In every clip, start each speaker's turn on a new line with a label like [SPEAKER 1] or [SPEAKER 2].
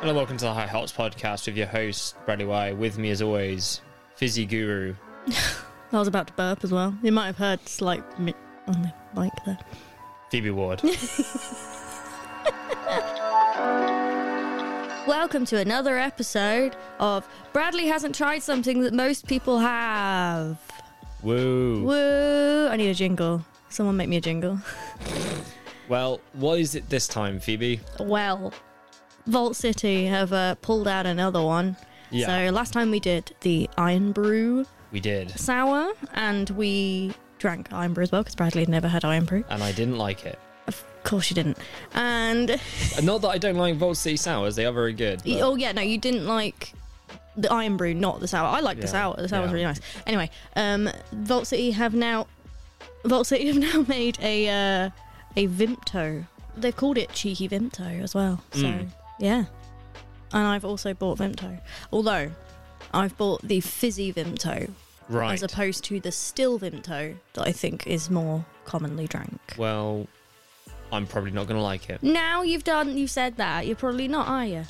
[SPEAKER 1] Hello, welcome to the High Hops podcast with your host, Bradley Y. With me, as always, Fizzy Guru.
[SPEAKER 2] I was about to burp as well. You might have heard slight mi- on the mic there.
[SPEAKER 1] Phoebe Ward.
[SPEAKER 2] Welcome to another episode of Bradley hasn't tried something that most people have.
[SPEAKER 1] Woo.
[SPEAKER 2] Woo! I need a jingle. Someone make me a jingle.
[SPEAKER 1] Well, what is it this time, Phoebe?
[SPEAKER 2] Well, Vault City have uh, pulled out another one.
[SPEAKER 1] Yeah.
[SPEAKER 2] So last time we did the Iron Brew
[SPEAKER 1] We did.
[SPEAKER 2] sour, and we drank Iron Brew as well because Bradley had never had Iron Brew.
[SPEAKER 1] And I didn't like it.
[SPEAKER 2] Of course you didn't. And
[SPEAKER 1] And Not that I don't like Vault City Sours, they are very good. but-
[SPEAKER 2] Oh yeah, no, you didn't like the iron brew, not the sour. I like the
[SPEAKER 1] Yeah,
[SPEAKER 2] sour. The sour was
[SPEAKER 1] yeah.
[SPEAKER 2] really nice. Anyway, um, Vault City have now Vault City have now made a uh, a Vimto. They called it cheeky Vimto as well. So
[SPEAKER 1] Mm.
[SPEAKER 2] yeah, and I've also bought Vimto. Although I've bought the fizzy Vimto
[SPEAKER 1] right.
[SPEAKER 2] as opposed to the still Vimto that I think is more commonly drank.
[SPEAKER 1] well, I'm probably not going to like it.
[SPEAKER 2] Now you've done, you've said that. You're probably not, are you?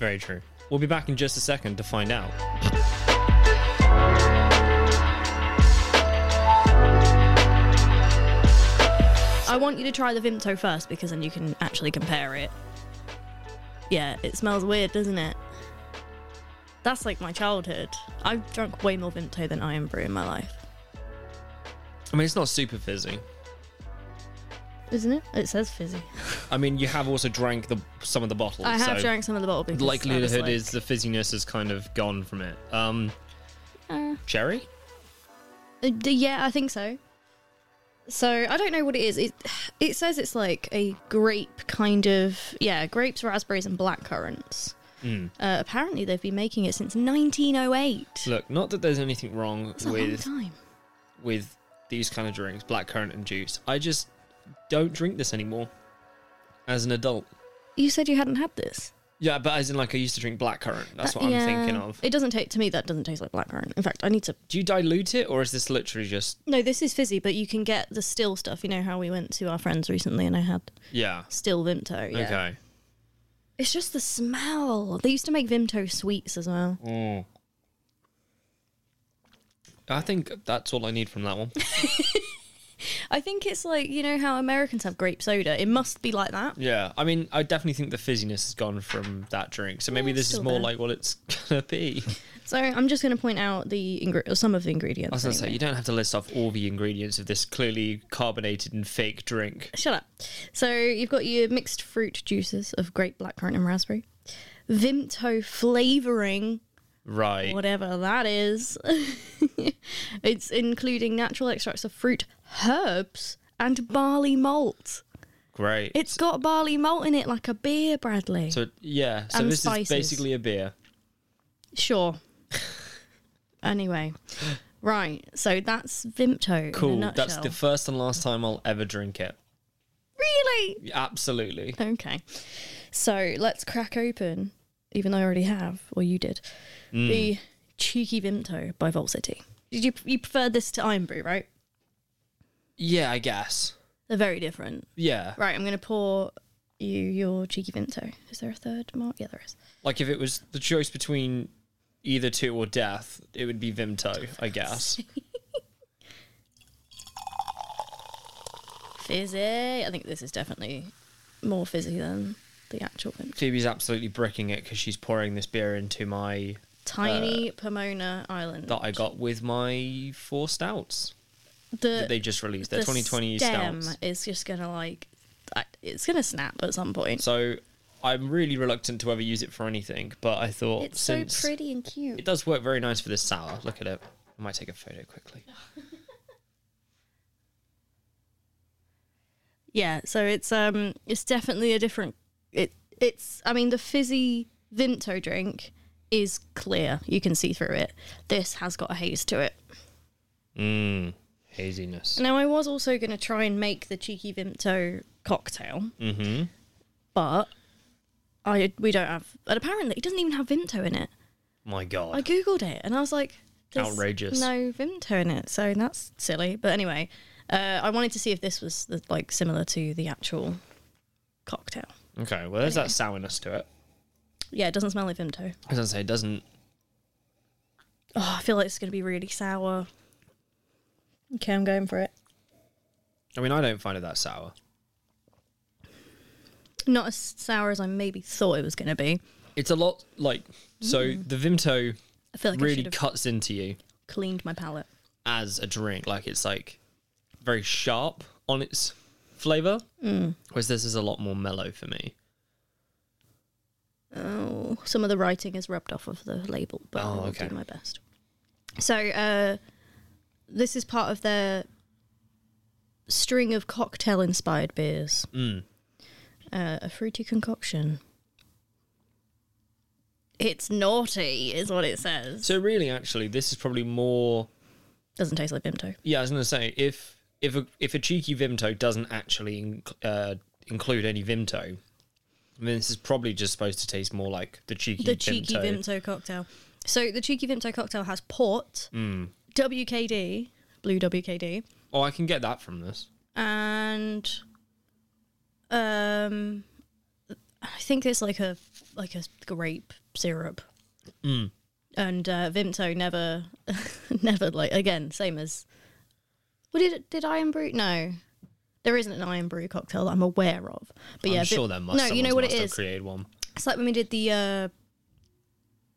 [SPEAKER 1] Very true. We'll be back in just a second to find out.
[SPEAKER 2] I want you to try the Vimto first because then you can actually compare it. Yeah, it smells weird, doesn't it? That's like my childhood. I've drunk way more Vimto than Iron Brew in my life,
[SPEAKER 1] I mean, it's not super fizzy.
[SPEAKER 2] isn't it? It says fizzy.
[SPEAKER 1] I mean, you have also drank the, some of the bottles.
[SPEAKER 2] I have
[SPEAKER 1] so
[SPEAKER 2] drank some of the bottle because
[SPEAKER 1] The likelihood
[SPEAKER 2] I was like,
[SPEAKER 1] is the fizziness has kind of gone from it. Um,
[SPEAKER 2] Uh.
[SPEAKER 1] cherry?
[SPEAKER 2] Uh, d- yeah, I think so. So I don't know what it is. It it says it's like a grape kind of yeah, grapes, raspberries, and blackcurrants. Uh, apparently, they've been making it since 1908.
[SPEAKER 1] Look, not that there's anything wrong
[SPEAKER 2] That's a long
[SPEAKER 1] with
[SPEAKER 2] time.
[SPEAKER 1] with these kind of drinks, blackcurrant and juice. I just don't drink this anymore as an adult.
[SPEAKER 2] You said you hadn't had this.
[SPEAKER 1] Yeah, but as in like I used to drink blackcurrant. That's
[SPEAKER 2] That-
[SPEAKER 1] what
[SPEAKER 2] Uh,
[SPEAKER 1] I'm
[SPEAKER 2] yeah.
[SPEAKER 1] thinking of.
[SPEAKER 2] It doesn't taste to me. That doesn't taste like blackcurrant. In fact, I need to.
[SPEAKER 1] Do you dilute it or is this literally just
[SPEAKER 2] No, this is fizzy, but you can get the still stuff. You know how we went to our friends recently, and I had
[SPEAKER 1] yeah.
[SPEAKER 2] still Vimto. Yeah.
[SPEAKER 1] Okay.
[SPEAKER 2] It's just the smell. They used to make Vimto sweets as well.
[SPEAKER 1] Mm. I think that's all I need from that one.
[SPEAKER 2] I think it's like you know how Americans have grape soda. It must be like that.
[SPEAKER 1] Yeah, I mean, I definitely think the fizziness has gone from that drink, so maybe
[SPEAKER 2] Yeah, it's
[SPEAKER 1] this is
[SPEAKER 2] still
[SPEAKER 1] more
[SPEAKER 2] there.
[SPEAKER 1] like what it's gonna be.
[SPEAKER 2] So I'm just going to point out the ingre- or some of the ingredients.
[SPEAKER 1] I was gonna say
[SPEAKER 2] anyway.
[SPEAKER 1] you don't have to list off all the ingredients of this clearly carbonated and fake drink.
[SPEAKER 2] Shut up. So you've got your mixed fruit juices of grape, blackcurrant, and raspberry. Vimto flavoring
[SPEAKER 1] Right.
[SPEAKER 2] whatever that is. it's including natural extracts of fruit, herbs, and barley malt.
[SPEAKER 1] Great.
[SPEAKER 2] It's got barley malt in it like a beer, Bradley.
[SPEAKER 1] so yeah. So
[SPEAKER 2] and
[SPEAKER 1] this
[SPEAKER 2] spices.
[SPEAKER 1] is basically a beer.
[SPEAKER 2] sure. anyway, right. So that's Vimto.
[SPEAKER 1] Cool.
[SPEAKER 2] In a
[SPEAKER 1] That's
[SPEAKER 2] nutshell.
[SPEAKER 1] the first and last time I'll ever drink it.
[SPEAKER 2] really
[SPEAKER 1] Absolutely.
[SPEAKER 2] okay. So let's crack open, even though I already have, or you did,
[SPEAKER 1] Mm.
[SPEAKER 2] the cheeky Vimto by Vault City. Did you you prefer this to Iron Brew, right?
[SPEAKER 1] Yeah, I guess.
[SPEAKER 2] They're very different.
[SPEAKER 1] Yeah.
[SPEAKER 2] Right, I'm going to pour you your cheeky Vimto. Is there a third mark? Yeah, there is.
[SPEAKER 1] Like if it was the choice between either two or death, it would be Vimto, I guess.
[SPEAKER 2] Fizzy. I think this is definitely more fizzy than the actual Vimto.
[SPEAKER 1] Phoebe's absolutely bricking it because she's pouring this beer into my
[SPEAKER 2] Tiny Pomona Island.
[SPEAKER 1] that I got with my four stouts
[SPEAKER 2] the
[SPEAKER 1] that they just released. They're
[SPEAKER 2] the
[SPEAKER 1] 2020
[SPEAKER 2] stem
[SPEAKER 1] stouts.
[SPEAKER 2] is just going to like. I- It's going to snap at some point.
[SPEAKER 1] So I'm really reluctant to ever use it for anything, but I thought
[SPEAKER 2] it's so
[SPEAKER 1] since
[SPEAKER 2] pretty and cute.
[SPEAKER 1] it does work very nice for this sour. Look at it. I might take a photo quickly.
[SPEAKER 2] Yeah, so it's um it's definitely a different it it's I mean the fizzy Vimto drink is clear. You can see through it. This has got a haze to it.
[SPEAKER 1] Mmm, haziness.
[SPEAKER 2] Now I was also going to try and make the cheeky Vimto cocktail,
[SPEAKER 1] Mm-hmm.
[SPEAKER 2] but I we don't have and apparently it doesn't even have Vimto in it.
[SPEAKER 1] My God.
[SPEAKER 2] I googled it and I was like there's
[SPEAKER 1] Outrageous.
[SPEAKER 2] No Vimto in it. So that's silly. But anyway, uh, I wanted to see if this was the, like similar to the actual cocktail.
[SPEAKER 1] okay, well, there's that sourness to it.
[SPEAKER 2] yeah, it doesn't smell like Vimto.
[SPEAKER 1] As I say, it doesn't.
[SPEAKER 2] Oh, I feel like it's going to be really sour. Okay, I'm going for it.
[SPEAKER 1] I mean, I don't find it that sour.
[SPEAKER 2] Not as sour as I maybe thought it was going to be.
[SPEAKER 1] It's a lot like so the Vimto
[SPEAKER 2] I feel Mm. like I
[SPEAKER 1] really
[SPEAKER 2] should have
[SPEAKER 1] cuts into you
[SPEAKER 2] cleaned my palate.
[SPEAKER 1] as a drink. Like it's like very sharp on its flavor,
[SPEAKER 2] Mm.
[SPEAKER 1] whereas this is a lot more mellow for me.
[SPEAKER 2] Oh, some of the writing is rubbed off of the label, but
[SPEAKER 1] Oh,
[SPEAKER 2] I'll
[SPEAKER 1] okay.
[SPEAKER 2] do my best. So, uh, this is part of their string of cocktail inspired beers.
[SPEAKER 1] Mm.
[SPEAKER 2] Uh, a fruity concoction. It's naughty, is what it says.
[SPEAKER 1] So really, actually, this is probably more.
[SPEAKER 2] Doesn't taste like Bimto.
[SPEAKER 1] Yeah, I was going to say if if a, if a cheeky Vimto doesn't actually inc- uh, include any Vimto, then this is probably just supposed to taste more like the cheeky
[SPEAKER 2] The
[SPEAKER 1] Vimto.
[SPEAKER 2] cheeky Vimto cocktail. So, the cheeky Vimto cocktail has port,
[SPEAKER 1] Mm.
[SPEAKER 2] WKD, blue WKD,
[SPEAKER 1] Oh, I can get that from this.
[SPEAKER 2] and um i think it's like a like a grape syrup
[SPEAKER 1] Mm.
[SPEAKER 2] and uh vimto never never like again same as what did did iron brew no there isn't an iron brew cocktail that i'm aware of but yeah
[SPEAKER 1] I'm
[SPEAKER 2] Vi-
[SPEAKER 1] sure there must.
[SPEAKER 2] no you know
[SPEAKER 1] someone's
[SPEAKER 2] what it
[SPEAKER 1] must have
[SPEAKER 2] is
[SPEAKER 1] Created one.
[SPEAKER 2] it's like when we did the uh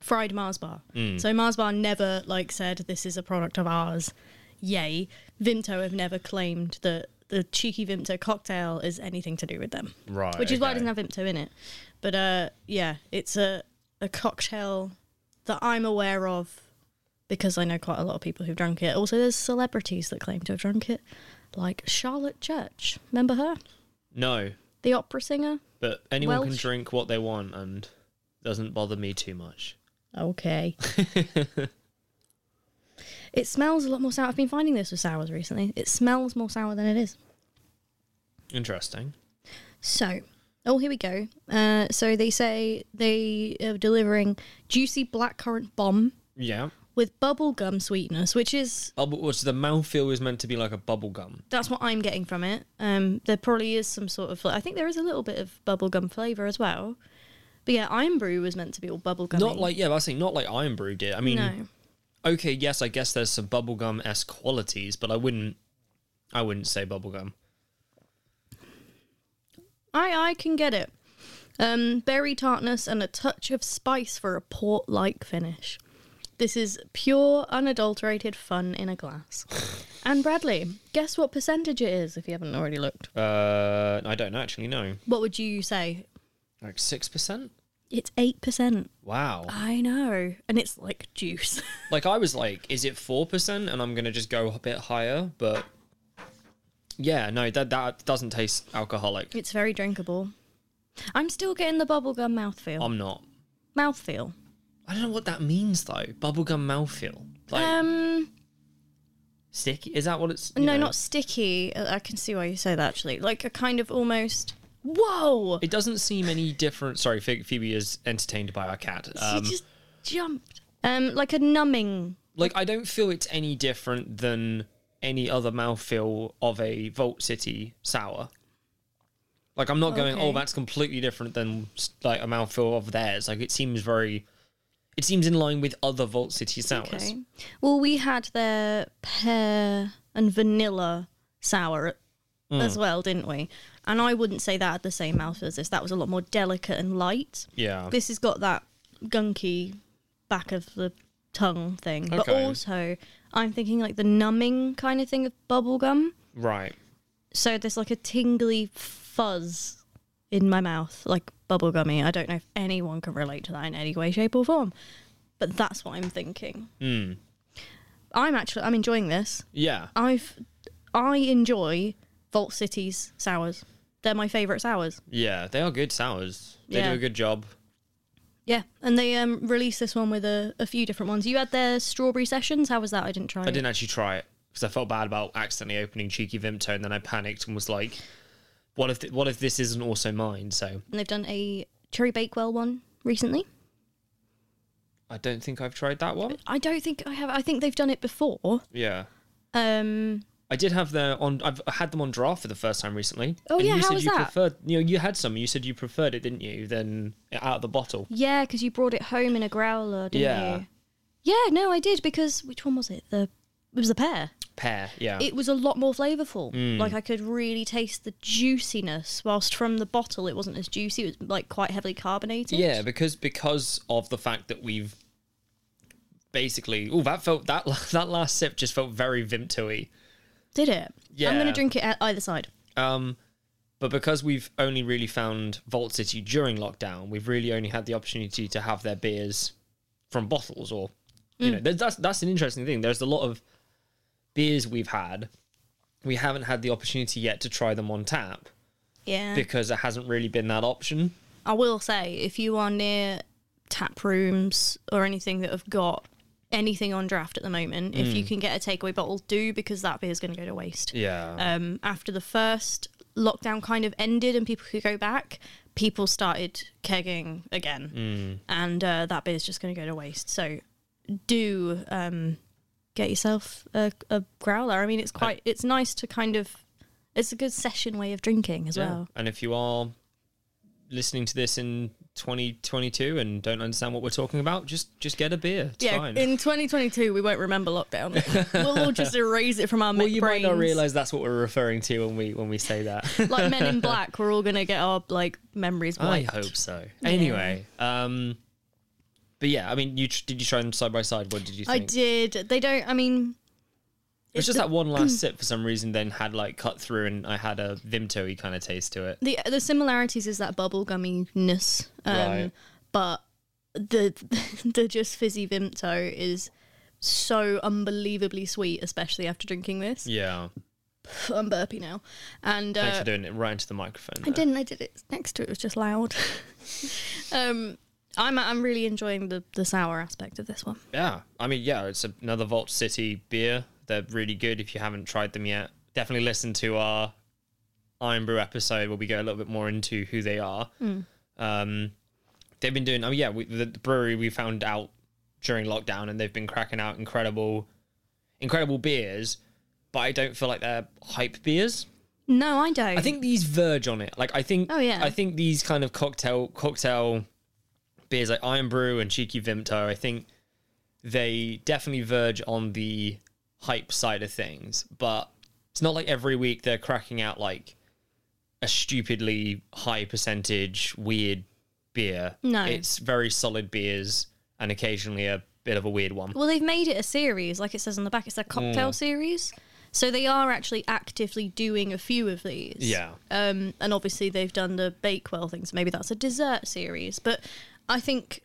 [SPEAKER 2] fried mars bar
[SPEAKER 1] Mm.
[SPEAKER 2] so mars bar never like said this is a product of ours yay vimto have never claimed that the cheeky vimto cocktail is anything to do with them
[SPEAKER 1] Right.
[SPEAKER 2] which is why it
[SPEAKER 1] okay.
[SPEAKER 2] doesn't have vimto in it but uh yeah it's a a cocktail that i'm aware of because i know quite a lot of people who've drunk it also there's celebrities that claim to have drunk it like charlotte church remember her
[SPEAKER 1] No,
[SPEAKER 2] the opera singer
[SPEAKER 1] but anyone can
[SPEAKER 2] Welsh.
[SPEAKER 1] drink what they want and doesn't bother me too much.
[SPEAKER 2] Okay. it smells a lot more sour. I've been finding this with sours recently. It smells more sour than it is.
[SPEAKER 1] Interesting.
[SPEAKER 2] So, oh, here we go. Uh, so they say they are delivering juicy blackcurrant bomb
[SPEAKER 1] Yeah.
[SPEAKER 2] with bubblegum sweetness, which is
[SPEAKER 1] Bubble, which the mouthfeel is meant to be like a bubble gum.
[SPEAKER 2] that's what I'm getting from it. Um, there probably is some sort of I think there is a little bit of bubblegum flavor as well. But yeah, Iron Brew was meant to be all bubblegum.
[SPEAKER 1] Not like yeah, but I was saying not like Iron Brew did. I mean,
[SPEAKER 2] no.
[SPEAKER 1] okay, yes, I guess there's some bubblegum s qualities, but I wouldn't, I wouldn't say bubblegum.
[SPEAKER 2] I I can get it. Um, berry tartness and a touch of spice for a port-like finish. This is pure, unadulterated fun in a glass. and Bradley, guess what percentage it is? If you haven't already looked,
[SPEAKER 1] Uh, I don't actually know.
[SPEAKER 2] what would you say?
[SPEAKER 1] Like six percent.
[SPEAKER 2] It's eight percent.
[SPEAKER 1] Wow.
[SPEAKER 2] I know, and it's like juice.
[SPEAKER 1] Like I was like, is it four percent? And I'm gonna just go a bit higher, but yeah, no, that that doesn't taste alcoholic.
[SPEAKER 2] it's very drinkable. I'm still getting the bubblegum mouthfeel.
[SPEAKER 1] I'm not.
[SPEAKER 2] mouthfeel.
[SPEAKER 1] I don't know what that means though. Bubblegum mouthfeel. Like
[SPEAKER 2] Um,
[SPEAKER 1] sticky? Is that what it's? you
[SPEAKER 2] no,
[SPEAKER 1] know?
[SPEAKER 2] not sticky. I I can see why you say that actually. Like a kind of almost. Whoa!
[SPEAKER 1] It doesn't seem any different. Sorry, Phoe- Phoebe is entertained by our cat. Um,
[SPEAKER 2] she just jumped. Um, like a numbing.
[SPEAKER 1] like I don't feel it's any different than any other mouthfeel of a Vault City sour. Like I'm not going, oh,
[SPEAKER 2] Okay.
[SPEAKER 1] that's completely different than s- like a mouthfeel of theirs. Like it seems very, it seems in line with other Vault City sours.
[SPEAKER 2] Okay. Well, we had their pear and vanilla sour
[SPEAKER 1] Mm.
[SPEAKER 2] as well, didn't we? And I wouldn't say that had the same mouthfeel as this. That was a lot more delicate and light.
[SPEAKER 1] Yeah,
[SPEAKER 2] This has got that gunky back of the tongue thing, but
[SPEAKER 1] Okay.
[SPEAKER 2] also I'm thinking like the numbing kind of thing of bubblegum.
[SPEAKER 1] right.
[SPEAKER 2] So there's like a tingly fuzz in my mouth, like bubblegummy. I don't know if anyone can relate to that in any way, shape, or form, but that's what I'm thinking.
[SPEAKER 1] Hmm.
[SPEAKER 2] I'm actually I'm enjoying this.
[SPEAKER 1] Yeah,
[SPEAKER 2] I've I enjoy Vault City's sours. They're my favourite sours.
[SPEAKER 1] yeah. They are good sours. They
[SPEAKER 2] Yeah.
[SPEAKER 1] do a good job.
[SPEAKER 2] Yeah, and they um released this one with a, a few different ones. You had their strawberry sessions. How was that? I didn't try.
[SPEAKER 1] I didn't actually try it because I felt bad about accidentally opening Cheeky Vimto, and then I panicked and was like, "What if? Th- what if this isn't also mine?" So
[SPEAKER 2] And they've done a cherry bakewell one recently.
[SPEAKER 1] I don't think I've tried that one.
[SPEAKER 2] I don't think I have. I think they've done it before.
[SPEAKER 1] Yeah.
[SPEAKER 2] Um,
[SPEAKER 1] I did have the on. I've had them on draft for the first time recently.
[SPEAKER 2] Oh,
[SPEAKER 1] and
[SPEAKER 2] yeah,
[SPEAKER 1] you
[SPEAKER 2] how
[SPEAKER 1] said
[SPEAKER 2] was
[SPEAKER 1] you
[SPEAKER 2] that?
[SPEAKER 1] preferred. You know, you had some. You said you preferred it, didn't you? Than out of the bottle.
[SPEAKER 2] Yeah, because you brought it home in a growler, didn't
[SPEAKER 1] Yeah.
[SPEAKER 2] you? Yeah, no, I did because which one was it? The it was the pear.
[SPEAKER 1] Pear. Yeah.
[SPEAKER 2] It was a lot more flavourful.
[SPEAKER 1] Mm.
[SPEAKER 2] Like I could really taste the juiciness, whilst from the bottle it wasn't as juicy. It was like quite heavily carbonated.
[SPEAKER 1] yeah, because because of the fact that we've basically. Oh, that felt that that last sip just felt very Vimto-y.
[SPEAKER 2] did it? I'm
[SPEAKER 1] Yeah.
[SPEAKER 2] gonna drink it at either side.
[SPEAKER 1] Um, but because we've only really found Vault City during lockdown, we've really only had the opportunity to have their beers from bottles, or you
[SPEAKER 2] Mm.
[SPEAKER 1] know, there's- that's that's an interesting thing. There's a lot of beers we've had, we haven't had the opportunity yet to try them on tap
[SPEAKER 2] Yeah.
[SPEAKER 1] because there hasn't really been that option.
[SPEAKER 2] I will say, if you are near tap rooms or anything that have got anything on draft at the moment, if
[SPEAKER 1] Mm.
[SPEAKER 2] you can get a takeaway bottle, do because that beer is going to go to waste.
[SPEAKER 1] Yeah,
[SPEAKER 2] Um, after the first lockdown kind of ended and people could go back, people started
[SPEAKER 1] Mm.
[SPEAKER 2] kegging again, and uh, that beer is just going to go to waste. So do um, get yourself a, a growler. I mean, it's quite it's nice to kind of it's a good session way of drinking as well.
[SPEAKER 1] And if you are listening to this in 2022 and don't understand what we're talking about, just just get a beer. It's
[SPEAKER 2] Yeah,
[SPEAKER 1] fine.
[SPEAKER 2] in 2022 we won't remember lockdown. we'll all just erase it from our
[SPEAKER 1] well, you
[SPEAKER 2] brains.
[SPEAKER 1] might not realize that's what we're referring to when we when we say that.
[SPEAKER 2] like Men in Black, we're all gonna get our like memories
[SPEAKER 1] I
[SPEAKER 2] wiped.
[SPEAKER 1] hope so. Anyway, um, but yeah, I mean, you tr- did you try them side by side? What did you
[SPEAKER 2] I
[SPEAKER 1] think?
[SPEAKER 2] did. They don't. I mean,
[SPEAKER 1] It was just that one last sip for some reason. Then had like cut through, and I had a Vimto-y kind of taste to it.
[SPEAKER 2] the the similarities is that bubblegumminess, um,
[SPEAKER 1] Right.
[SPEAKER 2] but the the just fizzy Vimto is so unbelievably sweet, especially after drinking this.
[SPEAKER 1] Yeah,
[SPEAKER 2] I'm burpy now, and
[SPEAKER 1] thanks
[SPEAKER 2] uh,
[SPEAKER 1] for doing it right into the microphone.
[SPEAKER 2] I
[SPEAKER 1] there.
[SPEAKER 2] didn't. I did it next to it. It was just loud. um, I'm I'm really enjoying the the sour aspect of this one.
[SPEAKER 1] Yeah, I mean, yeah, it's another Vault City beer. They're really good. If you haven't tried them yet, definitely listen to our Iron Brew episode where we go a little bit more into who they are. Um, they've been doing. Oh yeah, we, the, the brewery we found out during lockdown, and they've been cracking out incredible, incredible beers. But I don't feel like they're hype beers.
[SPEAKER 2] No, I don't.
[SPEAKER 1] I think these verge on it. Like I think.
[SPEAKER 2] Oh, yeah.
[SPEAKER 1] I think these kind of cocktail cocktail beers like Iron Brew and Cheeky Vimto. I think they definitely verge on the hype side of things, but it's not like every week they're cracking out like a stupidly high percentage weird beer.
[SPEAKER 2] No.
[SPEAKER 1] it's very solid beers and occasionally a bit of a weird one.
[SPEAKER 2] Well, they've made it a series, like it says on the back. It's a cocktail
[SPEAKER 1] Mm.
[SPEAKER 2] series, so they are actually actively doing a few of these.
[SPEAKER 1] Yeah.
[SPEAKER 2] Um, and obviously they've done the Bakewell thing, so maybe that's a dessert series. But I think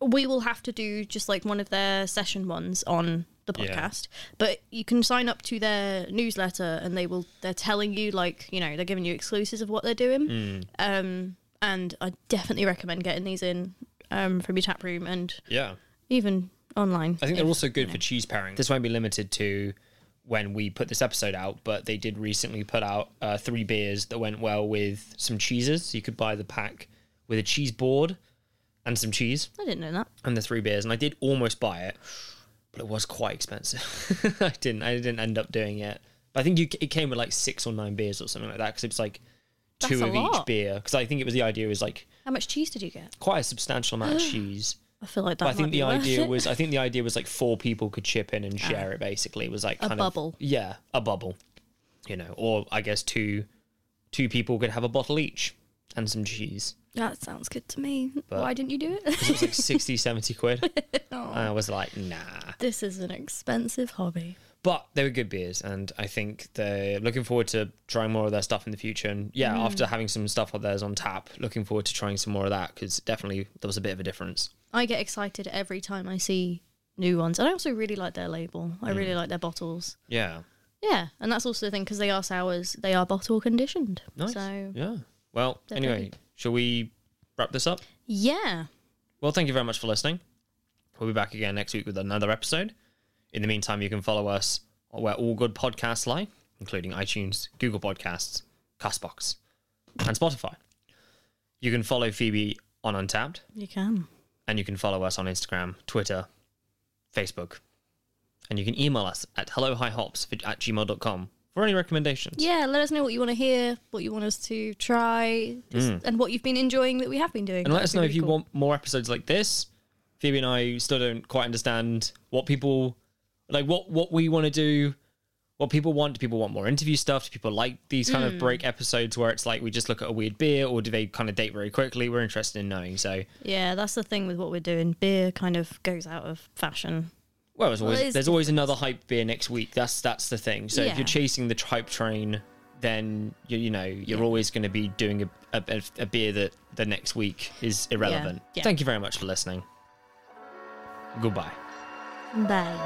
[SPEAKER 2] we will have to do just like one of their session ones on the
[SPEAKER 1] Yeah.
[SPEAKER 2] podcast. But you can sign up to their newsletter, and they will they're telling you like you know they're giving you exclusives of what they're doing.
[SPEAKER 1] Mm.
[SPEAKER 2] Um, and I definitely recommend getting these in um, from your tap room and
[SPEAKER 1] Yeah.
[SPEAKER 2] even online.
[SPEAKER 1] I think they're also good for cheese pairing. This won't be limited to when we put this episode out, but they did recently put out uh, three beers that went well with some cheeses. So you could buy the pack with a cheese board and some cheese
[SPEAKER 2] I didn't know that.
[SPEAKER 1] and the three beers. And I did almost buy it, but it was quite expensive. I didn't. I didn't end up doing it. But I think you, it came with like six or nine beers or something like that because it's like two
[SPEAKER 2] That's a
[SPEAKER 1] of each
[SPEAKER 2] lot.
[SPEAKER 1] beer. Because I think it was the idea was like
[SPEAKER 2] How much cheese did you get?
[SPEAKER 1] quite a substantial amount of cheese.
[SPEAKER 2] I feel like that.
[SPEAKER 1] But I think
[SPEAKER 2] might be
[SPEAKER 1] the
[SPEAKER 2] worth
[SPEAKER 1] idea
[SPEAKER 2] it. Uh,
[SPEAKER 1] was I think the idea was like four people could chip in and share it basically. It was like kind
[SPEAKER 2] bubble.
[SPEAKER 1] Of, yeah, a bubble. You know, or I guess two two people could have a bottle each and some cheese.
[SPEAKER 2] that sounds good to me. Why didn't you do
[SPEAKER 1] It was
[SPEAKER 2] it?
[SPEAKER 1] like 60, 70 quid. I was like, nah.
[SPEAKER 2] this is an expensive hobby.
[SPEAKER 1] But they were good beers and I think they're looking forward to trying more of their stuff in the future. And yeah,
[SPEAKER 2] Mm.
[SPEAKER 1] after having some stuff of theirs on tap, looking forward to trying some more of that because definitely there was a bit of a difference.
[SPEAKER 2] I get excited every time I see new ones, and I also really like their label. I
[SPEAKER 1] Mm.
[SPEAKER 2] really like their bottles.
[SPEAKER 1] Yeah.
[SPEAKER 2] Yeah, and that's also the thing because they are sours. They are bottle conditioned.
[SPEAKER 1] Nice.
[SPEAKER 2] So
[SPEAKER 1] yeah. Well,
[SPEAKER 2] they're
[SPEAKER 1] anyway,
[SPEAKER 2] pretty.
[SPEAKER 1] shall we wrap this up?
[SPEAKER 2] yeah,
[SPEAKER 1] Well, thank you very much for listening. We'll be back again next week with another episode. In the meantime, you can follow us where all good podcasts lie, including iTunes, Google Podcasts, Castbox, and Spotify. You can follow Phoebe on Untapped,
[SPEAKER 2] you can.
[SPEAKER 1] and you can follow us on Instagram, Twitter, Facebook. And you can email us at hellohihops at gmail.com for any recommendations.
[SPEAKER 2] Yeah, let us know what you want to hear, what you want us to try, just- and what you've been enjoying that we have been doing.
[SPEAKER 1] Mm. And let
[SPEAKER 2] That'd
[SPEAKER 1] us
[SPEAKER 2] be
[SPEAKER 1] know
[SPEAKER 2] really
[SPEAKER 1] if you
[SPEAKER 2] cool.
[SPEAKER 1] want more episodes like this. Phoebe and I still don't quite understand what people like what what we want to do, what people want. Do people want more interview stuff? Do people like these kind of break episodes where it's like we just look at a weird beer or do they kind of date very quickly? We're interested in knowing. So
[SPEAKER 2] Yeah, that's the thing with what we're doing. Beer kind of goes out of fashion.
[SPEAKER 1] well, there's always
[SPEAKER 2] it's
[SPEAKER 1] there's always another hype beer next week. That's that's the thing. So if
[SPEAKER 2] Yeah.
[SPEAKER 1] you're chasing the tr- hype train, then you you know you're always going to be doing a, a- a a beer that the next week is irrelevant.
[SPEAKER 2] Yeah.
[SPEAKER 1] Thank you very much for listening. Goodbye.
[SPEAKER 2] Bye.